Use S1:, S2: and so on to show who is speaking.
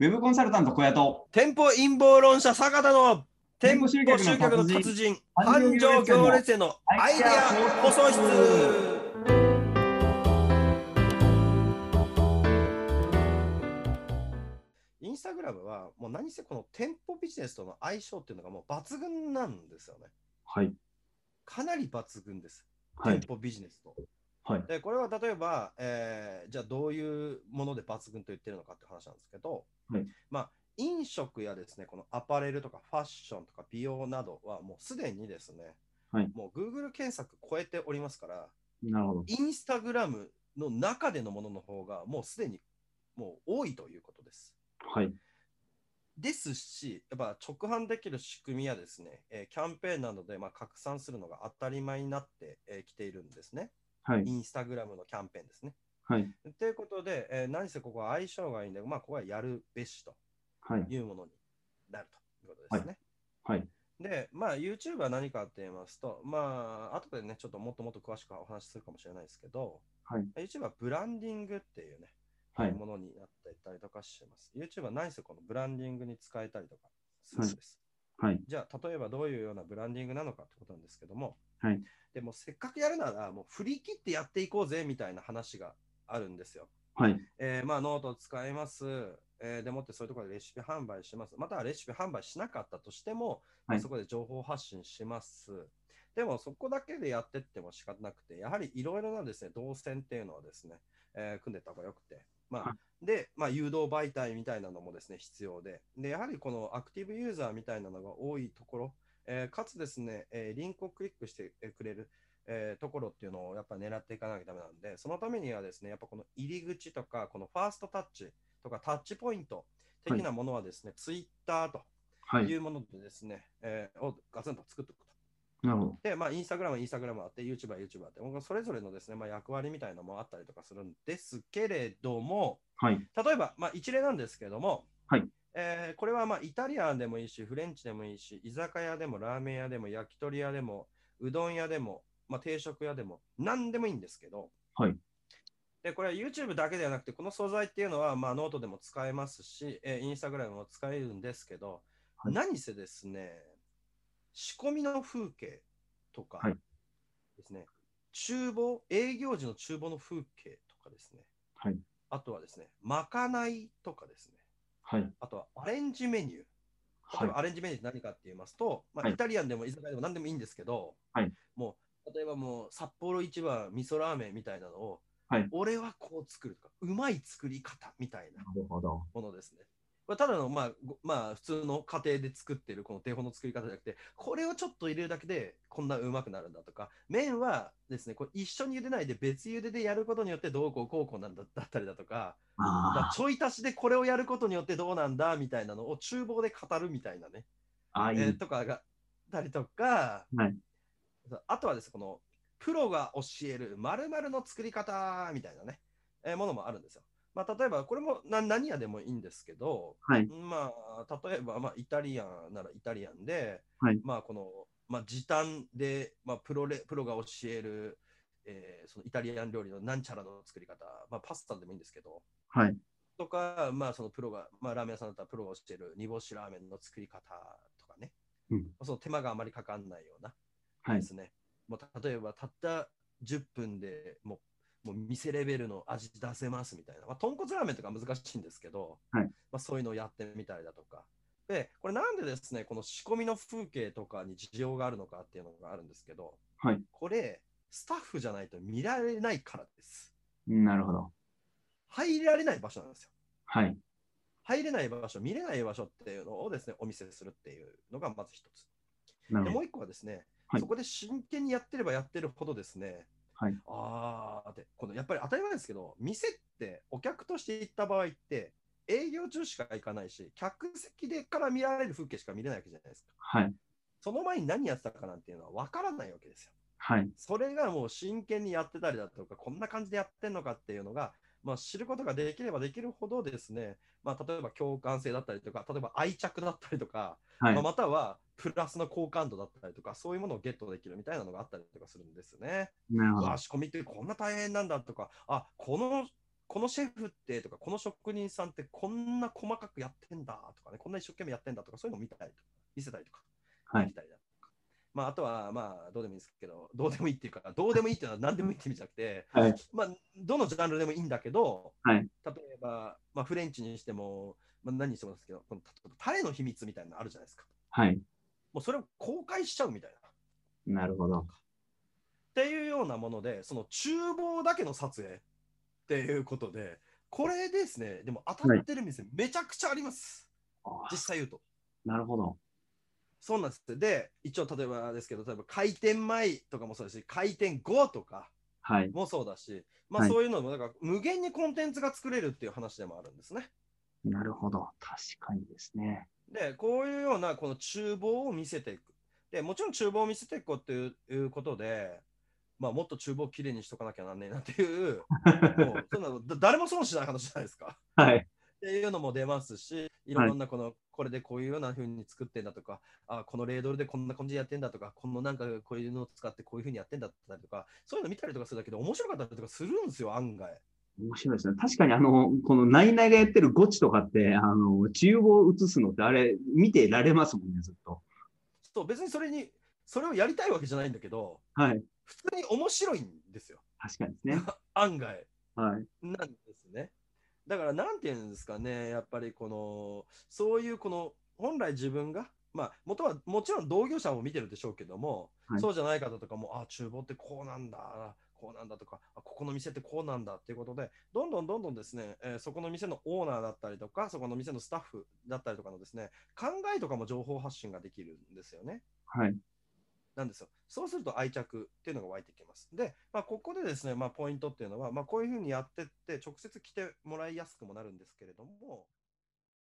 S1: ウェブコンサルタント小屋と
S2: 店舗陰謀論者坂田の
S1: 店
S2: 店
S1: 舗
S2: 舗
S1: 集
S2: 集
S1: 客の達人
S2: 客の達人
S1: 繁
S2: 繁
S1: 盛
S2: 盛
S1: 行
S2: 行
S1: 列
S2: 列へのアイデア放送室インスタグラムはもう何せこの店舗ビジネスとの相性っていうのがもう抜群なんですよね
S1: はい。
S2: かなり抜群です
S1: は
S2: 店
S1: い。
S2: 舗ビジネスと、
S1: はい。
S2: でこれは例えば、えーじゃあどういうもので抜群と言ってるのかって話なんですけど、
S1: はい
S2: まあ、飲食やですねこのアパレルとかファッションとか美容などはもうすでにですね、
S1: はい
S2: もう Google 検索超えておりますから
S1: なるほど。
S2: インスタグラムの中でのものの方がもうすでにもう多いということです。
S1: はい。
S2: ですし、やっぱ直販できる仕組みやですね、えーキャンペーンなどでまあ拡散するのが当たり前になってき、えー来ているんですね。
S1: はい。
S2: インスタグラムのキャンペーンですね。
S1: はい。
S2: ということで、えー何せここは相性がいいんで、まあ、ここはやるべしと
S1: はい。
S2: いうものになるということですね。
S1: はい。
S2: で、まあ、YouTube は何かって言いますと、まあ、後でね、ちょっともっともっと詳しくお話しするかもしれないですけど、
S1: はい、
S2: YouTube はブランディングっていうね、
S1: はい。
S2: ものになっていたりとかします。YouTube は何せこのブランディングに使えたりとかするんです。
S1: はい。
S2: じゃあ、例えばどういうようなブランディングなのかってことなんですけども、
S1: はい
S2: でもせっかくやるなら、もう振り切ってやっていこうぜみたいな話があるんですよ。
S1: はい。
S2: えーまあ、ノートを使います、えーでもってそういうところでレシピ販売します。またはレシピ販売しなかったとしても、まあ
S1: はい
S2: そこで情報発信します。でもそこだけでやってっても仕方なくて、やはりいろいろなですね、動線っていうのはですね、えー組んでった方がよくて、ま
S1: は
S2: あ、で、まあ、誘導媒体みたいなのもですね、必要で、で、やはりこのアクティブユーザーみたいなのが多いところ、えーかつですね、えーリンクをクリックしてえーくれる、えーところっていうのをやっぱ狙っていかなきゃダメなんで、そのためにはですね、やっぱこの入り口とか、このファーストタッチとかタッチポイント的なものはですね、ツイッターと
S1: はい
S2: い。うものでですね、えーをガツンと作っていくと。
S1: なるほど。
S2: で、まあ、インスタグラムはインスタグラムあって、YouTube は YouTube あって、僕はそれぞれのですね、まあ、役割みたいなのもあったりとかするんですけれども、
S1: はい。
S2: 例えば、まあ、一例なんですけれども、
S1: はい
S2: えーこれはまあイタリアンでもいいし、フレンチでもいいし、居酒屋でもラーメン屋でも焼き鳥屋でも、うどん屋でも、まあ、定食屋でも、何でもいいんですけど、
S1: はい
S2: でこれは YouTube だけではなくて、この素材っていうのは、まあ、ノートでも使えますし、えー、インスタグラムも使えるんですけど、
S1: はい
S2: 何せですね、仕込みの風景とか
S1: はい
S2: ですね、厨房、営業時の厨房の風景とかですね、
S1: はい。
S2: あとはですね、まかないとかですね、
S1: はい。
S2: あとはアレンジメニュー。
S1: は
S2: 例え
S1: い
S2: ば。アレンジメニューって何かって言いますと、まあ、
S1: はい
S2: イタリアンでも居酒屋でも何でもいいんですけど、
S1: はい
S2: もう例えばもう札幌一番味噌ラーメンみたいなのを、
S1: はい
S2: 俺はこう作るとか、うまい作り方みたいな
S1: なるほど。
S2: ものですね。まあ、ただの、まあごまあ、普通の家庭で作ってるこの手本の作り方じゃなくて、これをちょっと入れるだけでこんなうまくなるんだとか、麺はですね、これ一緒に茹でないで別茹ででやることによってどうこうこうこうなんだだったりだとか、まあ
S1: あ
S2: ちょい足しでこれをやることによってどうなんだみたいなのを厨房で語るみたいなね、
S1: あ。ああ、い
S2: えー
S1: い。
S2: とかがあったりとか、
S1: はい
S2: あとはですねこのプロが教える〇〇の作り方みたいなね、えーものもあるんですよ。まあ、例えばこれもな何屋でもいいんですけど、
S1: はい。
S2: まあ、例えば、まあ、イタリアンならイタリアンで、
S1: はい
S2: まあ、この、まあ、時短で、まあ、プロレプロが教える、えーそのイタリアン料理のなんちゃらの作り方、まあ、パスタでもいいんですけど、
S1: はい。
S2: とか、まあ、そのプロが、まあ、ラーメン屋さんだったらプロが教える煮干しラーメンの作り方とかね、
S1: うん
S2: その手間があまりかかんないような
S1: は
S2: で
S1: い。
S2: すね、もう例えばたった10分でもうもう店レベルの味出せますみたいな、まあ、豚骨ラーメンとか難しいんですけど、
S1: はい
S2: まあ、そういうのをやってみたりだとか。でこれなんでですね、この仕込みの風景とかに事情があるのかっていうのがあるんですけど、
S1: はい
S2: これ、スタッフじゃないと見られないからです。
S1: なるほど。
S2: 入られない場所なんですよ。
S1: はい。
S2: 入れない場所、見れない場所っていうのをですね、お見せするっていうのがまず一つ。
S1: なる
S2: で
S1: ほど。
S2: もう一個はですね、
S1: はい
S2: そこで真剣にやってればやってるほどですね、
S1: はい
S2: あーって、このやっぱり当たり前ですけど、店ってお客として行った場合って、営業中しか行かないし、客席でから見られる風景しか見れないわけじゃないですか。
S1: はい。
S2: その前に何やってたかなんていうのは分からないわけですよ。
S1: はい。
S2: それがもう真剣にやってたりだとか、こんな感じでやってんのかっていうのが、まあ、知ることができればできるほどですね、まあ、例えば共感性だったりとか、例えば愛着だったりとか、
S1: はい
S2: まあ。またはプラスの好感度だったりとか、そういうものをゲットできるみたいなのがあったりとかするんですよね。
S1: なるほ
S2: う
S1: ど
S2: わ。仕込みってこんな大変なんだとか、あこのこのシェフってとか、この職人さんってこんな細かくやってんだとかね、こんな一生懸命やってんだとか、そういうのを見たりとか、見せたりとか、
S1: はい
S2: できたりだとか。まあ、あとは、まあ、どうでもいいですけど、どうでもいいっていうか、どうでもいいっていうのは何でもいいって意味じゃなくて、
S1: はい
S2: まあ、どのジャンルでもいいんだけど、
S1: はい
S2: 例えば、まあ、フレンチにしても、まあ、何にしてもですけど、この例えばタレの秘密みたいなのあるじゃないですか。
S1: はい。
S2: もうそれを公開しちゃうみたいな。
S1: なるほど。
S2: っていうようなもので、その厨房だけの撮影っていうことで、これですね、でも当たってる店、めちゃくちゃあります、
S1: あ
S2: 実際言うと。
S1: なるほど。
S2: そうなんですで、一応、例えばですけど、例えば開店前とかもそうだし、開店後とか
S1: はい。
S2: もそうだし、まあ、
S1: はい
S2: そういうのも、だから無限にコンテンツが作れるっていう話でもあるんですね。
S1: なるほど。確かにですね。
S2: で、こういうようなこの厨房を見せていく。で、もちろん厨房を見せていこうっていういうことで、まあ、もっと厨房をきれいにしとかなきゃなんねえなって いう、もうそんなのだ誰も損しない話じゃないですか。
S1: はい。
S2: っていうのも出ますし、いろんなこの、これでこういうような風に作ってんだとか、あこのレードルでこんな感じでやってんだとか、このなんかこういうのを使ってこういう風にやってんだったりとか、そういうの見たりとかするだけで面白かったりとかするんですよ、案外。
S1: 面白いですね。確かにあの、このナイナイがやってるゴチとかって、あの、厨房を映すのってあれ、見てられますもんね、ずっと。
S2: そう別にそれに、それをやりたいわけじゃないんだけど、
S1: はい。
S2: 普通に面白いんですよ、
S1: 確かにですね。
S2: 案外。
S1: はい。
S2: なんですね。だから、なんていうんですかね、やっぱりこの、そういうこの、本来自分が、まあ、元はもちろん同業者も見てるでしょうけども、
S1: はい
S2: そうじゃない方とかも、あ、厨房ってこうなんだ、こうなんだとか、あここの店ってこうなんだっていうことで、どんどんどんどんですね、えーそこの店のオーナーだったりとか、そこの店のスタッフだったりとかのですね、考えとかも情報発信ができるんですよね。
S1: はい。
S2: なんですよ。そうすると愛着っていうのが湧いてきます。で、まあ、ここでですね、まあ、ポイントっていうのは、まあ、こういうふうにやってって、直接来てもらいやすくもなるんですけれども、